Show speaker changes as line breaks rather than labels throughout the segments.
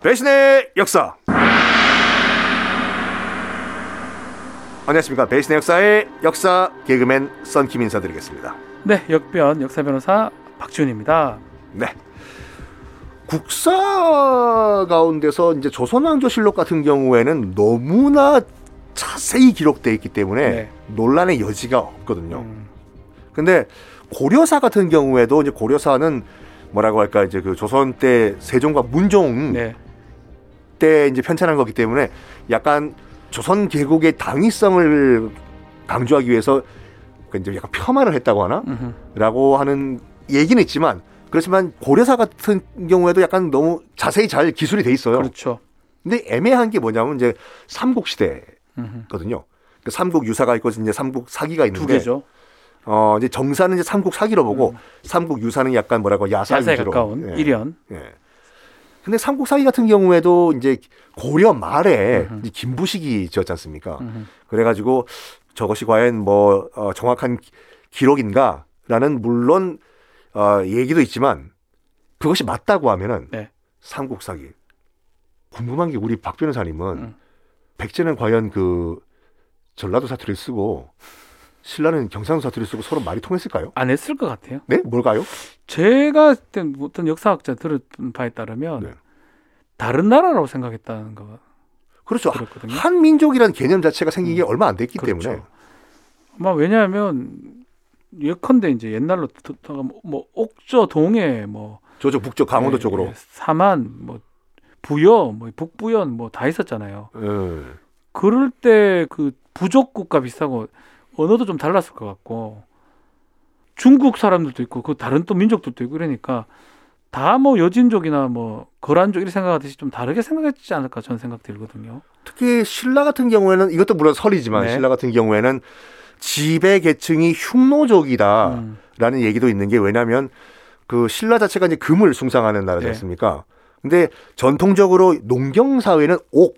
배신의 역사. 안녕하십니까 배신의 역사의 역사 개그맨 썬킴 인사드리겠습니다.
네, 역변 역사 변호사 박지훈입니다.
네. 국사 가운데서 이제 조선왕조실록 같은 경우에는 너무나 자세히 기록돼 있기 때문에
네.
논란의 여지가 없거든요.
음,
근데 고려사 같은 경우에도 이제 고려사는 뭐라고 할까 이제 그 조선 때 세종과 문종
네,
때 이제 편찬한 거기 때문에 약간 조선 계곡의 당위성을 강조하기 위해서 그 이제 약간 폄하를 했다고 하나?
음흠.
라고 하는 얘기는 있지만 그렇지만 고려사 같은 경우에도 약간 너무 자세히 잘 기술이 돼 있어요.
그렇죠.
근데 애매한 게 뭐냐면 이제 삼국 시대거든요.
음흠.
그 삼국 유사가 있고 이제 삼국 사기가 있는데
두 개죠.
어 이제 정사는 이제 삼국 사기로 보고 삼국 유사는 약간 뭐라고 야사
자세에
위주로.
가까운
예.
일연.
예. 근데 삼국 사기 같은 경우에도 이제 고려 말에 이제 김부식이지었지 않습니까?
음흠.
그래가지고 저것이 과연 뭐 어, 정확한 기- 기록인가라는 물론 어, 얘기도 있지만 그것이 맞다고 하면은
네.
삼국 사기. 궁금한 게 우리 박 변호사님은
음.
백제는 과연 그 전라도 사투리를 쓰고 신라는 경상도 사투리를 쓰고 서로 말이 통했을까요?
안 했을 것 같아요.
네, 뭘까요?
제가 그때 어떤 역사학자 들은 바에 따르면
네.
다른 나라라고 생각했다는 거
그렇죠.
들었거든요.
한 민족이라는 개념 자체가 생긴 게 얼마 안 됐기
그렇죠.
때문에
아마 왜냐하면 예컨대 이제 옛날로 듣다가 뭐- 뭐 옥저 동해 뭐
저쪽 북쪽 강원도
예,
쪽으로
예, 사만 뭐 부여 뭐 북부연 뭐 다 있었잖아요.
음,
그럴 때 그 부족국가 비슷하고 언어도 좀 달랐을 것 같고 중국 사람들도 있고 그 다른 또 민족들도 있고 그러니까 다 뭐 여진족이나 뭐 거란족 이렇게 생각하듯이 좀 다르게 생각했지 않을까 저는 생각 들거든요.
특히 신라 같은 경우에는 이것도 물론 설이지만
네.
신라 같은 경우에는 지배 계층이 흉노족이다라는
음,
얘기도 있는 게 왜냐하면 그 신라 자체가 이제 금을 숭상하는 나라지
네.
않습니까? 근데 전통적으로 농경 사회는 옥,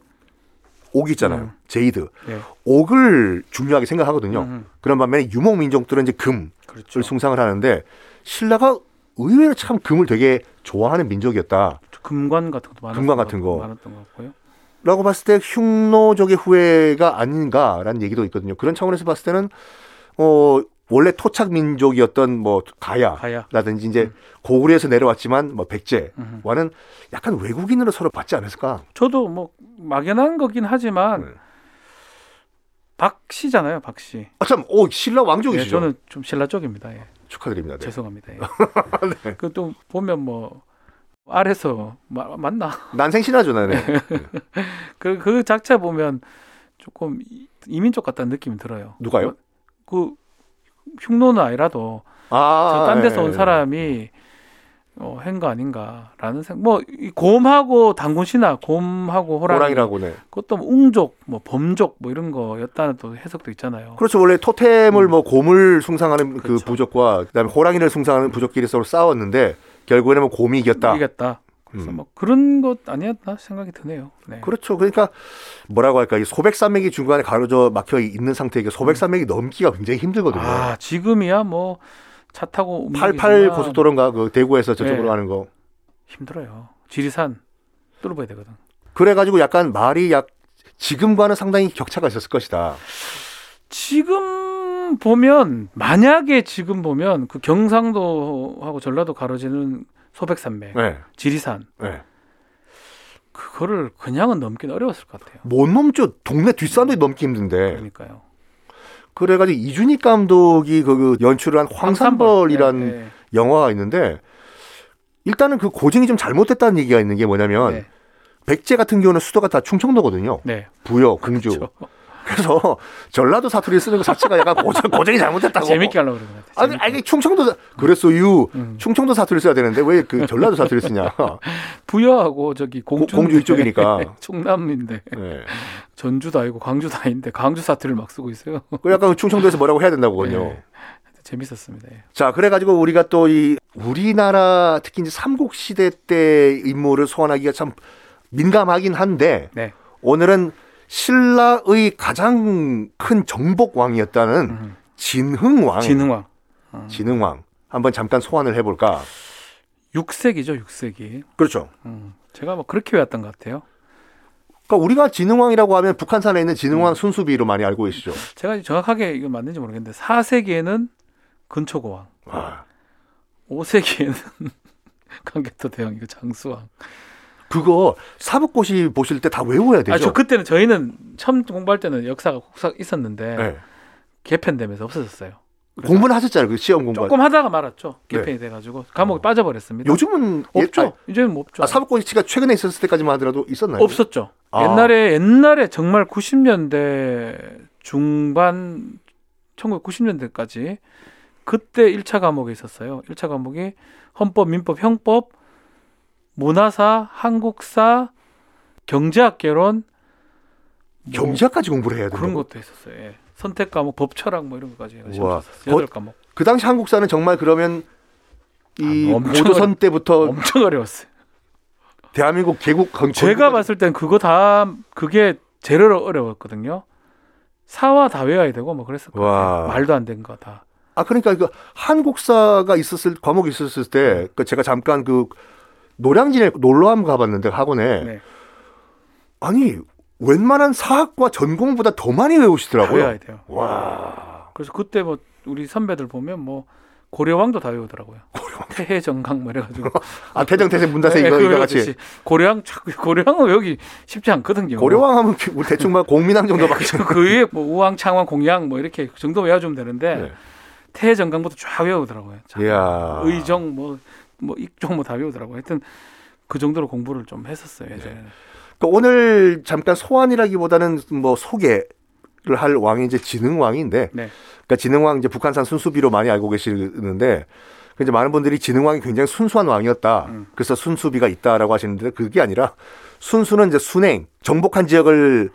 옥 있잖아요,
음.
제이드,
네.
옥을 중요하게 생각하거든요.
음,
그런 반면에 유목 민족들은 이제 금,
그렇죠.
을 숭상을 하는데 신라가 의외로 참 금을 되게 좋아하는 민족이었다.
금관 같은 것도 많았던
금관 같은
것 같-
거.
많았던 것 같고요.
라고 봤을 때 흉노족의 후예가 아닌가라는 얘기도 있거든요. 그런 차원에서 봤을 때는 어 원래 토착 민족이었던 뭐
가야.
가야라든지 이제
음.
고구려에서 내려왔지만 뭐 백제와는
음.
약간 외국인으로 서로 봤지 않았을까?
저도 뭐 막연한 거긴 하지만
네.
박씨잖아요, 박씨.
아 참, 오 신라
예,
왕족이시죠?
저는 좀 신라 쪽입니다. 예.
축하드립니다. 네.
죄송합니다. 예. 그 또 보면 뭐 아래서 마- 맞나?
난생 신화죠, 나는.
그, 그 자체 보면 조금 이- 이민족 같다는 느낌이 들어요.
누가요?
그 흉노는 아니라도
아,
저 딴 데서
예,
온
예.
사람이 어, 한거 아닌가라는 생각. 뭐이 곰하고 당군신화, 곰하고 호랑이,
호랑이라고네.
그것도 뭐 웅족, 뭐 범족 뭐 이런 거였다는 또 해석도 있잖아요.
그렇죠. 원래 토템을 뭐 곰을 숭상하는 그
그렇죠.
부족과 그다음에 호랑이를 숭상하는 부족끼리 서로 싸웠는데 결국에는 뭐 곰이 이겼다.
이겼다. 그래서
음.
뭐 그런 것 아니었나 생각이 드네요. 네.
그렇죠. 그러니까 뭐라고 할까? 이 소백산맥이 중간에 가로져 막혀 있는 상태이기 소백산맥이 넘기가 굉장히 힘들거든요.
아 지금이야 뭐 차 타고
팔팔
움직이지만
고속도로인가 그 대구에서 저쪽으로
네.
가는 거.
힘들어요. 지리산 뚫어봐야 되거든.
그래가지고 약간 말이 약 지금과는 상당히 격차가 있었을 것이다.
지금 보면 만약에 지금 보면 그 경상도하고 전라도 가로지는 소백산맥,
네.
지리산
네.
그거를 그냥은 넘긴 어려웠을 것 같아요.
못 넘죠. 동네 뒷산도 넘기 힘든데.
그러니까요.
그래가지고 이준익 감독이 그 연출을 한 황산벌이란
네, 네,
영화가 있는데 일단은 그 고증이 좀 잘못됐다는 얘기가 있는 게 뭐냐면
네,
백제 같은 경우는 수도가 다 충청도거든요.
네.
부여, 궁주.
그렇죠.
그래서 전라도 사투리 쓰는 것 자체가 약간 고정, 고정이 잘못됐다고.
재밌게 하려고 그러는 것 같아요.
어, 아니, 아니 충청도 사- 그랬어요.
음.
충청도 사투리 써야 되는데 왜 그 전라도 사투리 쓰냐.
부여하고 저기 공주 네.
공주 이쪽이니까.
충남인데
예.
전주도 아니고 광주도 아닌데 광주 사투리를 막 쓰고 있어요.
그 약간 충청도에서 뭐라고 해야 된다고요.
네. 재밌었습니다. 예.
자, 그래가지고 우리가 또 이 우리나라 특히 이제 삼국 시대 때 임무를 소환하기가 참 민감하긴 한데
네.
오늘은 신라의 가장 큰 정복 왕이었다는
음.
진흥왕,
진흥왕. 어.
진흥왕 한번 잠깐 소환을 해볼까.
6세기죠, 6세기.
그렇죠.
음, 제가 뭐 그렇게 외웠던 것 같아요.
그러니까 우리가 진흥왕이라고 하면 북한산에 있는 진흥왕
음.
순수비로 많이 알고 계시죠.
제가 정확하게 이거 맞는지 모르겠는데 4세기에는 근초고왕,
아,
5세기에는 강개토 대왕 이거 장수왕. 아,
그거 사법고시 보실 때 다 외워야 되죠.
아 저 그때는 저희는 처음 공부할 때는 역사가 국사 있었는데
네.
개편되면서 없어졌어요. 그래서
공부는 하셨잖아요. 그 시험 공부.
조금 하다가 말았죠.
네.
개편이 돼가지고 감옥에 빠져버렸습니다.
요즘은 예-
없죠. 이제는 뭐 없죠.
아, 아, 사법고시가 최근에 있었을 때까지만 하더라도 있었나요?
없었죠.
아.
옛날에 옛날에 정말 90년대 중반 1990년대까지 그때 1차 과목이 있었어요. 1차 과목이 헌법, 민법, 형법, 문화사, 한국사, 경제학 개론 뭐
경제학까지 공부를 해야
그런
되는 거.
것도 있었어요. 예. 선택 과목, 법철학 뭐 이런 것까지 해가지고
우와.
있었어요. 여덟 과목.
그 당시 한국사는 정말 그러면 이
아, 엄청
고조선 때부터
엄청 어려웠어요.
대한민국 개국 건
제가 봤을 땐 그거 다 그게 제일 어려웠거든요. 사와 다 외워야 되고 뭐 그랬을 거예요.
와.
말도 안 된 거 다.
아 그러니까 그 한국사가 있었을 과목이 있었을 때 그 제가 잠깐 그 노량진에 놀러 한번 가봤는데 학원에
네.
아니 웬만한 사학과 전공보다 더 많이
다
외우시더라고요.
외워야 돼요.
와
그래서 그때 뭐 우리 선배들 보면 뭐 고려왕도 다 외우더라고요.
고려왕.
태해 정강 뭐 이래가지고
아 태정태세 문다세 이거
예,
이거
그거
같이
외우듯이. 고려왕 참- 고려왕은 외우기 쉽지 않거든요.
고려왕 하면 피- 우리 대충 막 공민왕 정도밖에
그그 위에 뭐 우왕, 창왕, 공양 뭐 이렇게 그 정도 외워주면 되는데
네. 예. 아.
태해 정강부터 쫙 외우더라고요. 자,
이야
의정 뭐 뭐 익종 뭐 다 외우더라고요. 하여튼 그 정도로 공부를 좀 했었어요 예전에. 는
그 오늘 잠깐 소환이라기보다는 뭐 소개를 할 왕이 이제 진흥왕인데,
네.
그러니까 진흥왕 이제 북한산 순수비로 많이 알고 계시는데, 그 이제 많은 분들이 진흥왕이 굉장히 순수한 왕이었다.
음.
그래서 순수비가 있다라고 하시는데 그게 아니라 순수는 이제 순행, 정복한 지역을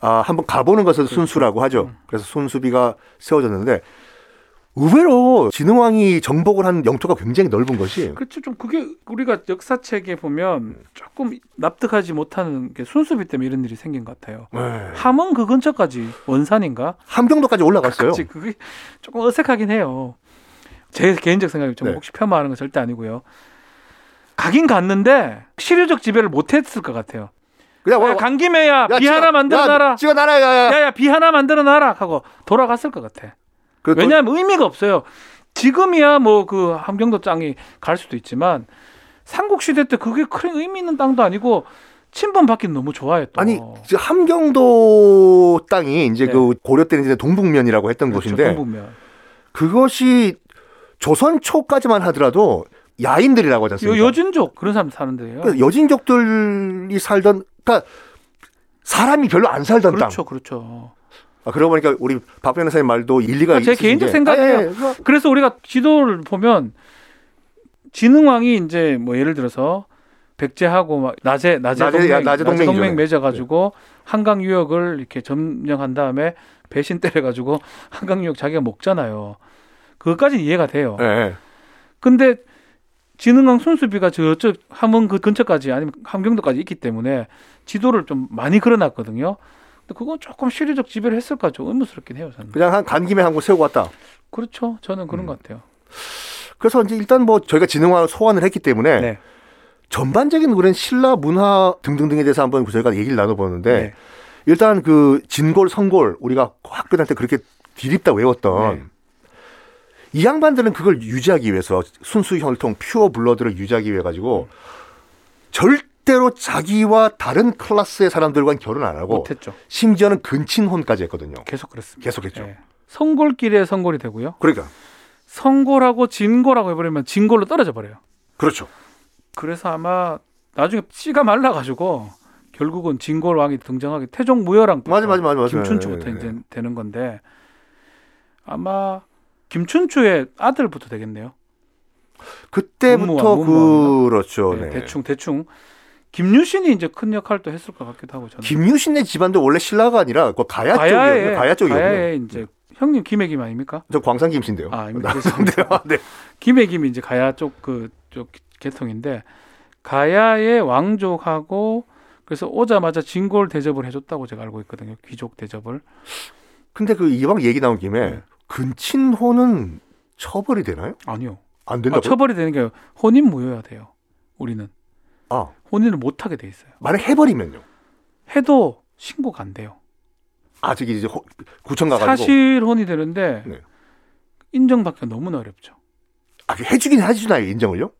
아, 한번 가보는
음.
것을 순수라고 하죠. 그래서 순수비가 세워졌는데 의외로 진흥왕이 정복을 한 영토가 굉장히 넓은 것이
그렇죠. 좀 그게 우리가
네.
역사책에 보면 조금 납득하지 못하는 게 순수비 때문에 이런 일이 생긴 것 같아요.
네.
함흥 그 근처까지 원산인가?
함경도까지 올라갔어요.
그치, 그게 조금 어색하긴 해요. 제 개인적 생각이 좀
네.
혹시 폄하하는 건 절대 아니고요. 가긴 갔는데 실효적 지배를 못했을 것 같아요.
그냥 와-
야, 간 김에야 비
찍어,
하나 만들어 놔라.
야, 찍어 놔라. 야, 야.
야야 비 하나 만들어 놔라 하고 돌아갔을 것 같아.
그 돈-
왜냐하면 의미가 없어요. 지금이야 뭐 그 함경도 땅이 갈 수도 있지만 삼국 시대 때 그게 큰 의미 있는 땅도 아니고 친분 받기 는 너무 좋아요. 또.
아니 저 함경도 땅이 이제
어. 네.
그 고려 때는 이제 동북면이라고 했던
그렇죠,
곳인데
동북면.
그것이 조선 초까지만 하더라도 야인들이라고 하지 않습니까?
요, 여진족 그런 사람 사는데요.
그 여진족들이 살던 그러니까 사람이 별로 안 살던 땅.
그렇죠, 그렇죠.
아, 그러고 보니까 우리 박 변호사님 말도 일리가
제
있으신
개인적
게-
생각이에요.
아, 예, 예. 그거-
그래서 우리가 지도를 보면 진흥왕이 이제 뭐 예를 들어서 백제하고 막 낮에
낮에,
낮에
야,
동맹,
낮에
낮에
동맹이죠.
동맹 맺어가지고 한강 유역을 이렇게 점령한 다음에 배신 때려가지고 한강 유역 자기가 먹잖아요. 그것까지 이해가 돼요.
예, 예.
근데 진흥왕 순수비가 저쪽 함흥 그 근처까지 아니면 함경도까지 있기 때문에 지도를 좀 많이 그려놨거든요. 근데 그건 조금 실효적 지배를 했을까 좀 의문스럽긴 해요. 저는.
그냥 한 간 김에 한 곳 세우고 왔다.
그렇죠. 저는 그런
음.
것 같아요.
그래서 이제 일단 뭐 저희가 진흥화를 소환을 했기 때문에
네.
전반적인 우리는 신라 문화 등등등에 대해서 한번 저희가 얘기를 나눠보는데
네.
일단 그 진골 성골 우리가 학교 다닐 때 그렇게 디립다 외웠던
네.
이 양반들은 그걸 유지하기 위해서 순수 혈통 퓨어 블러드를 유지하기 위해 가지고 절대로 자기와 다른 클래스의 사람들과는 결혼 안 하고
못했죠.
심지어는 근친혼까지 했거든요.
계속 그랬습니다.
계속했죠.
예. 성골끼리의 성골이 되고요.
그러니까
성골하고 진골하고 해버리면 진골로 떨어져 버려요.
그렇죠.
그래서 아마 나중에 씨가 말라가지고 결국은 진골 왕이 등장하기 태종 무열왕
맞아 맞아 맞아 맞아.
김춘추부터
예, 예, 예.
이제 되는 건데 아마 김춘추의 아들부터 되겠네요.
그때부터
문무왕, 문무왕인가?
그렇죠.
예,
네.
대충 대충 김유신이 이제 큰 역할도 했을 것 같기도 하고 저는
김유신네 집안도 원래 신라가 아니라 그 가야 쪽이었는데 가야 예. 쪽이었는데
가야에 이제 형님 김해김 아닙니까?
저 광산 김씨인데요.
아, 아닙니다.
남성대요. 네.
김해김이 이제 가야 쪽 그 쪽 계통인데 가야의 왕족하고 그래서 오자마자 진골 대접을 해줬다고 제가 알고 있거든요. 귀족 대접을.
근데 그 이왕 얘기 나온 김에
네.
근친혼은 처벌이 되나요?
아니요.
안
아,
된다고.
처벌이 되는 게 혼인 무효야 돼요. 우리는
아,
혼인을 못 하게 돼 있어요.
만약 해버리면요.
해도 신고가 안 돼요.
아, 저기 이제 호- 구청 가가지고.
사실 혼이 되는데
네.
인정받기가 너무나 어렵죠.
아, 해주긴 해주나요 인정을요?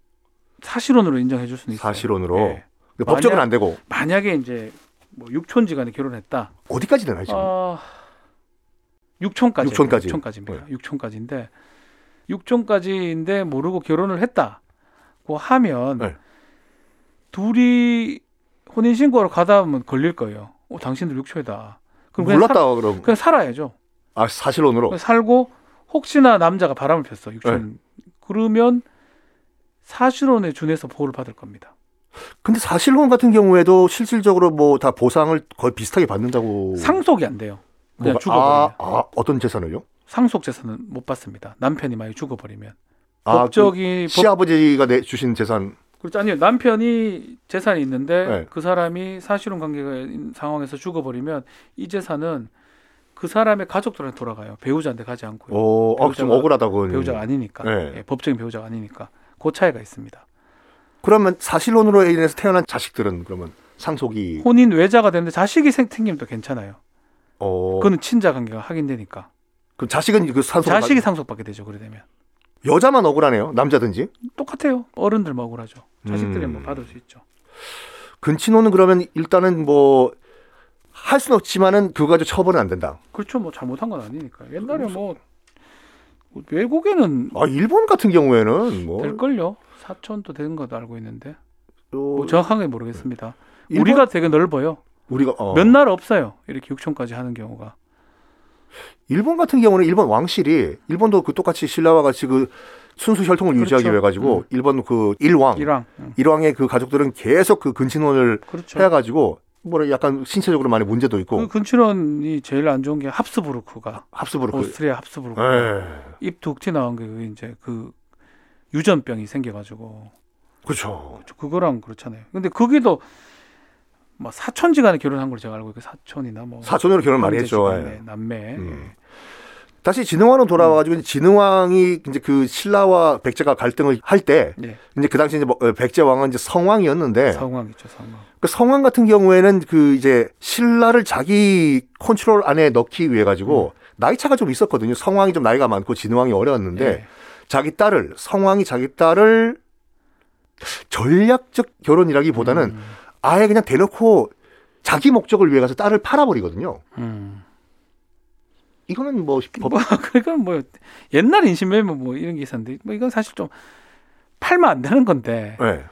사실혼으로 인정해 줄 수는 있어요.
사실혼으로.
예.
근데 법적은
만약-
안 되고
만약에 이제 뭐 6촌지간에 결혼했다.
어디까지 되나요 지금?
어, 6촌까지.
육촌까지. 네.
6촌까지입니다. 6촌까지인데 6촌까지인데 모르고 결혼을 했다고 하면
네.
둘이 혼인 신고하러 가다 보면 걸릴 거예요. 어, 당신들 6초이다. 그럼 그냥,
몰랐다
살,
그럼.
그냥 살아야죠.
아, 사실혼으로.
그냥 살고 혹시나 남자가 바람을 폈어. 6촌.
네.
그러면 사실혼에 준해서 보호를 받을 겁니다.
근데 사실혼 같은 경우에도 실질적으로 뭐 다 보상을 거의 비슷하게 받는다고.
상속이 네, 안 돼요. 그냥
뭐가-
죽어버리면.
아, 아, 어떤 재산을요?
상속 재산은 못 받습니다. 남편이 만약 죽어버리면.
아,
법적이
그 시아버지가 내 주신 재산.
그렇지 그렇죠. 아니요 남편이 재산이 있는데
네.
그 사람이 사실혼 관계가 있는 상황에서 죽어버리면 이 재산은 그 사람의 가족들한테 돌아가요 배우자한테 가지 않고요
어, 아, 좀
배우자가-
억울하다고.
배우자가 아니니까
네.
예, 법적인 배우자가 아니니까 그 차이가 있습니다
그러면 사실혼으로 인해서 태어난 자식들은 그러면 상속이
혼인 외자가 되는데 자식이 생- 생기면 또 괜찮아요
어
그거는 친자 관계가 확인되니까
그럼 자식은 그 상속
자식이 상속받게 되죠 그래 되면
여자만 억울하네요. 남자든지.
똑같아요 어른들 만 억울하죠 자식들이
음.
뭐 받을 수 있죠
근친혼은 그러면 일단은 뭐 할 수는 없지만은 그거 가지고 처벌은 안 된다.
그렇죠 뭐 잘못한 건 아니니까 옛날에
그렇죠.
뭐 외국에는
아 일본 같은 경우에는 뭐
될걸요. 사촌도 되는 것도 알고 있는데
또
뭐 정확하게 모르겠습니다.
네. 일본-
우리가 되게 넓어요.
우리가 어,
몇 날 없어요. 이렇게 육촌까지 하는 경우가.
일본 같은 경우는 일본 왕실이 일본도 그 똑같이 신라와 같이 그 순수 혈통을
그렇죠.
유지하기 위해 가지고
음.
일본 그 일왕
이랑 응.
일왕의 그 가족들은 계속 그 근친혼을
그렇죠.
해가지고 뭐라 약간 신체적으로 많이 문제도 있고
그 근친혼이 제일 안 좋은 게 합스부르크가
합스부르크.
오스트리아 합스부르크
그 예.
입툭튀 나온 게 그게 이제 그 유전병이 생겨가지고
그렇죠.
저 그거랑 그렇잖아요. 근데 거기도 뭐 사촌지간에 결혼한 걸 제가 알고 있고 사촌이나 뭐
사촌으로 결혼 많이 했죠.
형제지간에
예.
남매
음. 다시 진흥왕으로 돌아와가지고 이제 진흥왕이 이제 그 신라와 백제가 갈등을 할 때
예.
이제 그 당시 이제 뭐, 어, 백제 왕은 이제 성왕이었는데
상황 있죠 상황.
그 성왕 같은 경우에는 그 이제 신라를 자기 컨트롤 안에 넣기 위해 가지고 나이 차가 좀 있었거든요. 성왕이 좀 나이가 많고 진흥왕이 어렸는데
예.
자기 딸을 성왕이 자기 딸을 전략적 결혼이라기보다는
음.
아예 그냥 대놓고 자기 목적을 위해 가서 딸을 팔아버리거든요.
음.
이거는 뭐 법,
뭐 그러니까 뭐 옛날 인신매매 뭐 이런 게 있었는데 뭐 이건 사실 좀 팔면 안 되는 건데
예.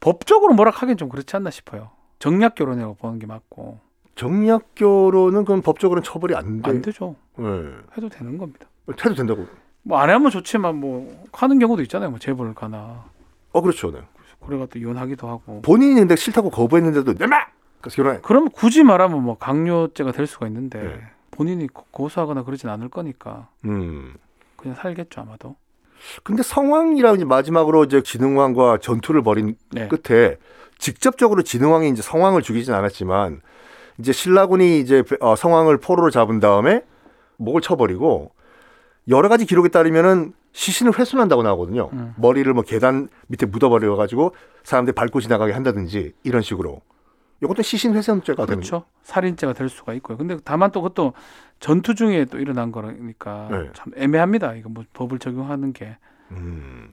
법적으로 뭐라 하긴 좀 그렇지 않나 싶어요. 정략 결혼이라고 보는 게 맞고
정략 결혼은 그럼 법적으로는 처벌이 안 돼.
안 되죠.
예.
해도 되는 겁니다.
해도 된다고.
뭐 안 하면 좋지만 뭐 하는 경우도 있잖아요. 뭐 재벌 가나
어 그렇죠. 네.
그래가 또 이혼하기도 하고
본인이 근데 싫다고 거부했는데도 내마 그래서 결혼해.
그럼 굳이 말하면 뭐 강요죄가 될 수가 있는데
네.
본인이 고- 고소하거나 그러진 않을 거니까
음.
그냥 살겠죠 아마도.
근데 성왕이랑 이제 마지막으로 이제 진흥왕과 전투를 벌인
네.
끝에 직접적으로 진흥왕이 이제 성왕을 죽이진 않았지만 이제 신라군이 이제 배- 어, 성왕을 포로로 잡은 다음에 목을 쳐버리고 여러 가지 기록에 따르면은 시신을 훼손한다고 나오거든요.
음.
머리를 뭐 계단 밑에 묻어버려 가지고 사람들이 밟고 지나가게 한다든지 이런 식으로. 이것도 시신 훼손죄가 되는
그렇죠. 살인죄가 될 수가 있고요. 근데 다만 또 그것도 전투 중에 또 일어난 거니까
네.
참 애매합니다. 이거 뭐 법을 적용하는 게.
음.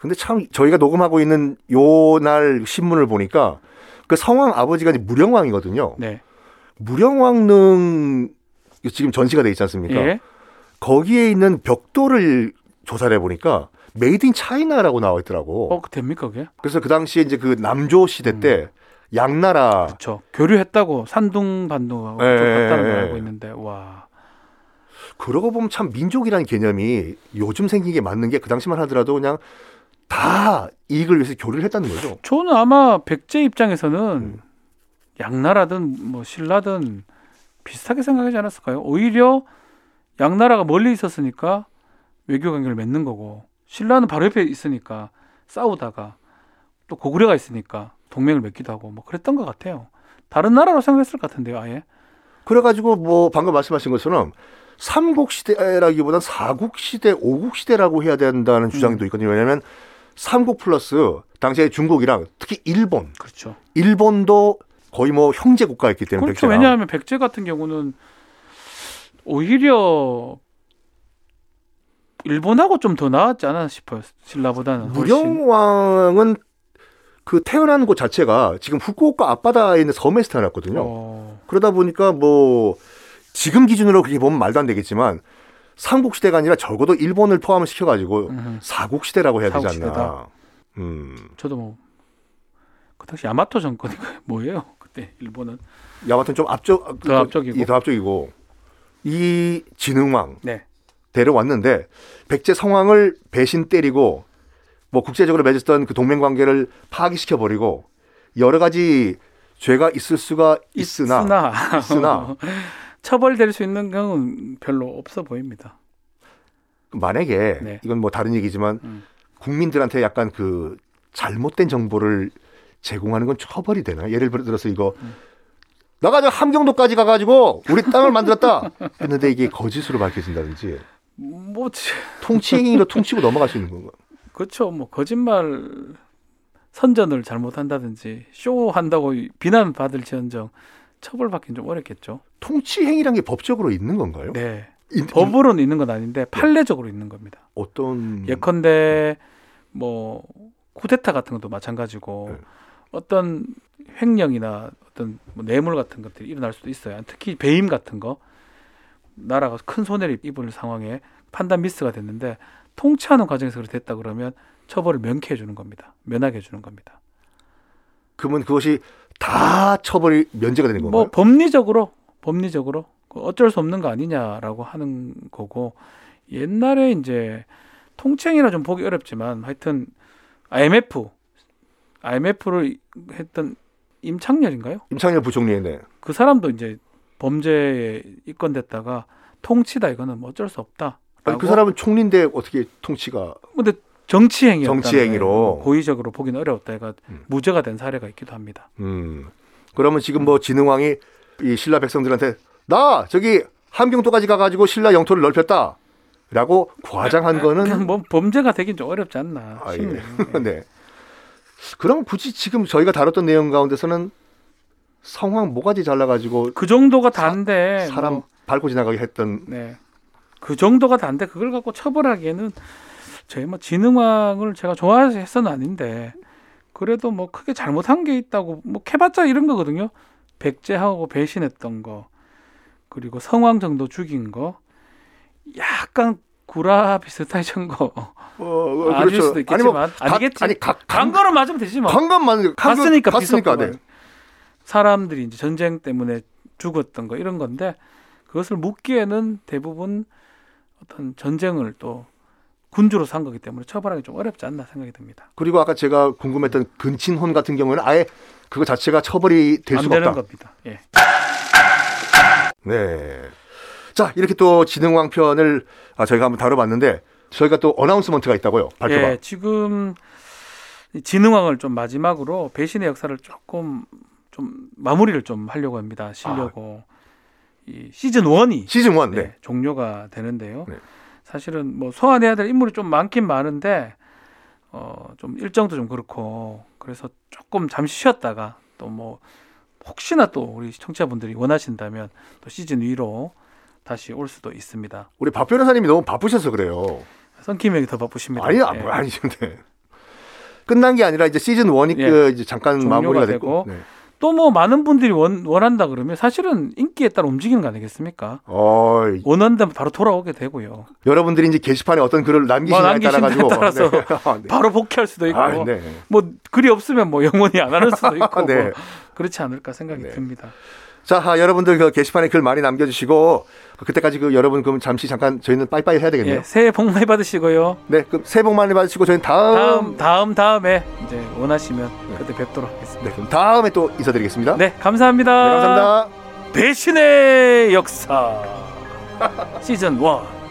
근데 참 저희가 녹음하고 있는 요 날 신문을 보니까 그 성왕 아버지가 이제 무령왕이거든요.
네.
무령왕릉 지금 전시가 돼 있지 않습니까?
예.
거기에 있는 벽돌을 조사를 해 보니까 메이드 인 차이나라고 나와 있더라고.
어, 음. 그 됩니까 그게?
그래서 그 당시에 이제 그 남조 시대 때 양나라
그렇죠. 교류했다고 산둥 반둥하고
예,
좀 갔다는
예,
걸
예.
알고 있는데 와.
그러고 보면 참 민족이라는 개념이 요즘 생긴 게 맞는 게 그 당시만 하더라도 그냥 다 이익을 위해서 교류를 했다는 거죠.
저는 아마 백제 입장에서는
음.
양나라든 뭐 신라든 비슷하게 생각하지 않았을까요? 오히려 양나라가 멀리 있었으니까 외교 관계를 맺는 거고 신라는 바로 옆에 있으니까 싸우다가 또 고구려가 있으니까 동맹을 맺기도 하고 뭐 그랬던 것 같아요. 다른 나라로 생각했을 것 같은데요, 아예.
그래가지고 뭐 방금 말씀하신 것처럼 삼국 시대라기보단 사국 시대, 오국 시대라고 해야
음.
된다는 주장도 있거든요. 왜냐하면 삼국 플러스 당시에 중국이랑 특히 일본,
그렇죠.
일본도 거의 뭐 형제 국가였기 때문에
그렇죠.
백제랑.
왜냐하면 백제 같은 경우는 오히려 일본하고 좀 더 나았지 않아 싶어요. 신라보다는 훨씬.
무령왕은 그 태어난 곳 자체가 지금 후쿠오카 앞바다에 있는 섬에서 태어났거든요.
어,
그러다 보니까 뭐 지금 기준으로 그렇게 보면 말도 안 되겠지만 삼국 시대가 아니라 적어도 일본을 포함을 시켜가지고
음,
사국 시대라고 해야 되지 않나.
사국시대다.
음,
저도 뭐. 그 당시 야마토 정권인가요? 뭐예요? 그때 일본은
야마튼 좀 앞쪽
더 앞쪽이고.
이, 더 앞쪽이고 이 진흥왕
네.
데려왔는데 백제 성왕을 배신 때리고 뭐 국제적으로 맺었던 그 동맹 관계를 파기시켜 버리고 여러 가지 죄가 있을 수가 있으나 있으나.
처벌될 수 있는 경우는 별로 없어 보입니다.
만약에
네.
이건 뭐 다른 얘기지만
음.
국민들한테 약간 그 잘못된 정보를 제공하는 건 처벌이 되나? 예를 들어서 이거
음.
나가 저 함경도까지 가가지고 우리 땅을 만들었다 했는데 이게 거짓으로 밝혀진다든지
뭐 지-
통치 행위로 통치고 넘어갈 수 있는 건가?
그렇죠. 뭐 거짓말 선전을 잘못한다든지 쇼한다고 비난받을 지언정 처벌받기는 좀 어렵겠죠.
통치 행위란 게 법적으로 있는 건가요?
네.
인-
법으로는 있는 건
네.
아닌데 판례적으로 있는 겁니다.
어떤
예컨대 뭐 쿠데타 같은 것도 마찬가지고
네.
어떤 횡령이나 어떤 뭐 뇌물 같은 것들이 일어날 수도 있어요. 특히 배임 같은 거 나라가 큰 손해를 입을 상황에 판단 미스가 됐는데 통치하는 과정에서 그렇게 됐다 그러면 처벌을 명쾌해 주는 겁니다. 면하게 해 주는 겁니다.
그러면 그것이 다 처벌이 면제가 되는 건가요?
뭐 법리적으로 법리적으로 그 어쩔 수 없는 거 아니냐라고 하는 거고 옛날에 이제 통칭이라 좀 보기 어렵지만 하여튼 IMF IMF를 했던 임창렬인가요?
임창열 부총리의 네.
그 사람도 이제 범죄에 입건됐다가 통치다 이거는 뭐 어쩔 수 없다.
아니, 그 사람은 총리인데 어떻게 통치가
근데 정치 행위
정치 행위로.
고의적으로 보기는 어려웠다. 그러니까
음.
무죄가 된 사례가 있기도 합니다.
음. 그러면 지금 뭐 진흥왕이 이 신라 백성들한테 나 저기 함경도까지 가가지고 신라 영토를 넓혔다라고 과장한 거는
뭐 범죄가 되긴 좀 어렵지 않나
아,
싶네요.
예. 네. 그럼 굳이 지금 저희가 다뤘던 내용 가운데서는 성황 모가지 잘라가지고
그 정도가 다인데
사람
뭐,
밟고 지나가게 했던
네. 그 정도가 다인데 그걸 갖고 처벌하기에는 제뭐 진흥왕을 제가 좋아해서 해서는 아닌데 그래도 뭐 크게 잘못한 게 있다고 뭐 캐봤자 이런 거거든요. 백제하고 배신했던 거 그리고 성왕 정도 죽인 거 약간 구라 비슷하게 한거
어, 어,
그렇죠. 아닐 수도
아니 뭐
있겠지만
가-
아니겠지.
아니 각
간 거로 맞으면 되지 뭐.
강간만
갔으니까
갔으니까 네.
비석금을. 사람들이 이제 전쟁 때문에 죽었던 거 이런 건데 그것을 묻기에는 대부분 어떤 전쟁을 또 군주로 산 거기 때문에 처벌하기 좀 어렵지 않나 생각이 듭니다.
그리고 아까 제가 궁금했던 근친혼 같은 경우는 아예 그거 자체가 처벌이 될
안
수가
되는
없다.
겁니다. 예.
네. 자, 이렇게 또 지능왕 편을 아, 저희가 한번 다뤄봤는데 저희가 또 어나운스먼트가 있다고요. 발표가.
예, 지금 이 진흥왕을 좀 마지막으로 배신의 역사를 조금 좀 마무리를 좀 하려고 합니다. 쉬려고
아.
이 시즌 원이
시즌 1.
네,
네.
종료가 되는데요.
네.
사실은 뭐 소환해야 될 인물이 좀 많긴 많은데 어, 좀 일정도 좀 그렇고 그래서 조금 잠시 쉬었다가 또 뭐 혹시나 또 우리 시청자분들이 원하신다면 또 시즌 위로 다시 올 수도 있습니다.
우리 박 변호사님이 너무 바쁘셔서 그래요.
선김 형이 더 바쁘십니다.
아니,
예.
아, 아니, 근데. 끝난 게 아니라 이제 시즌 1이
예.
그 이제 잠깐
종료가
마무리가 됐고.
되고.
네.
또 뭐 많은 분들이 원, 원한다 그러면 사실은 인기에 따라 움직이는 거 아니겠습니까?
어, 이-
원한다면 바로 돌아오게 되고요.
여러분들이 이제 게시판에 어떤 글을
뭐
남기시냐에 따라
남기신다에
가지고 네.
따라서 바로 복귀할 수도 있고
아, 네.
뭐 글이 없으면 뭐 영원히 안 하는 수도 있고
네.
뭐 그렇지 않을까 생각이
네.
듭니다.
자, 아, 여러분들 그 게시판에 글 많이 남겨 주시고 그때까지 그 여러분 그럼 잠시 잠깐 저희는 빠이빠이 해야 되겠네요.
예, 새해 복 많이 받으시고요.
네. 그럼 새해 복 많이 받으시고 저희는 다음
다음 다음 다음에 이제 원하시면 그때 뵙도록 하겠습니다.
네, 그럼 다음에 또 인사드리겠습니다.
네, 감사합니다.
네, 감사합니다.
배신의 역사 시즌 1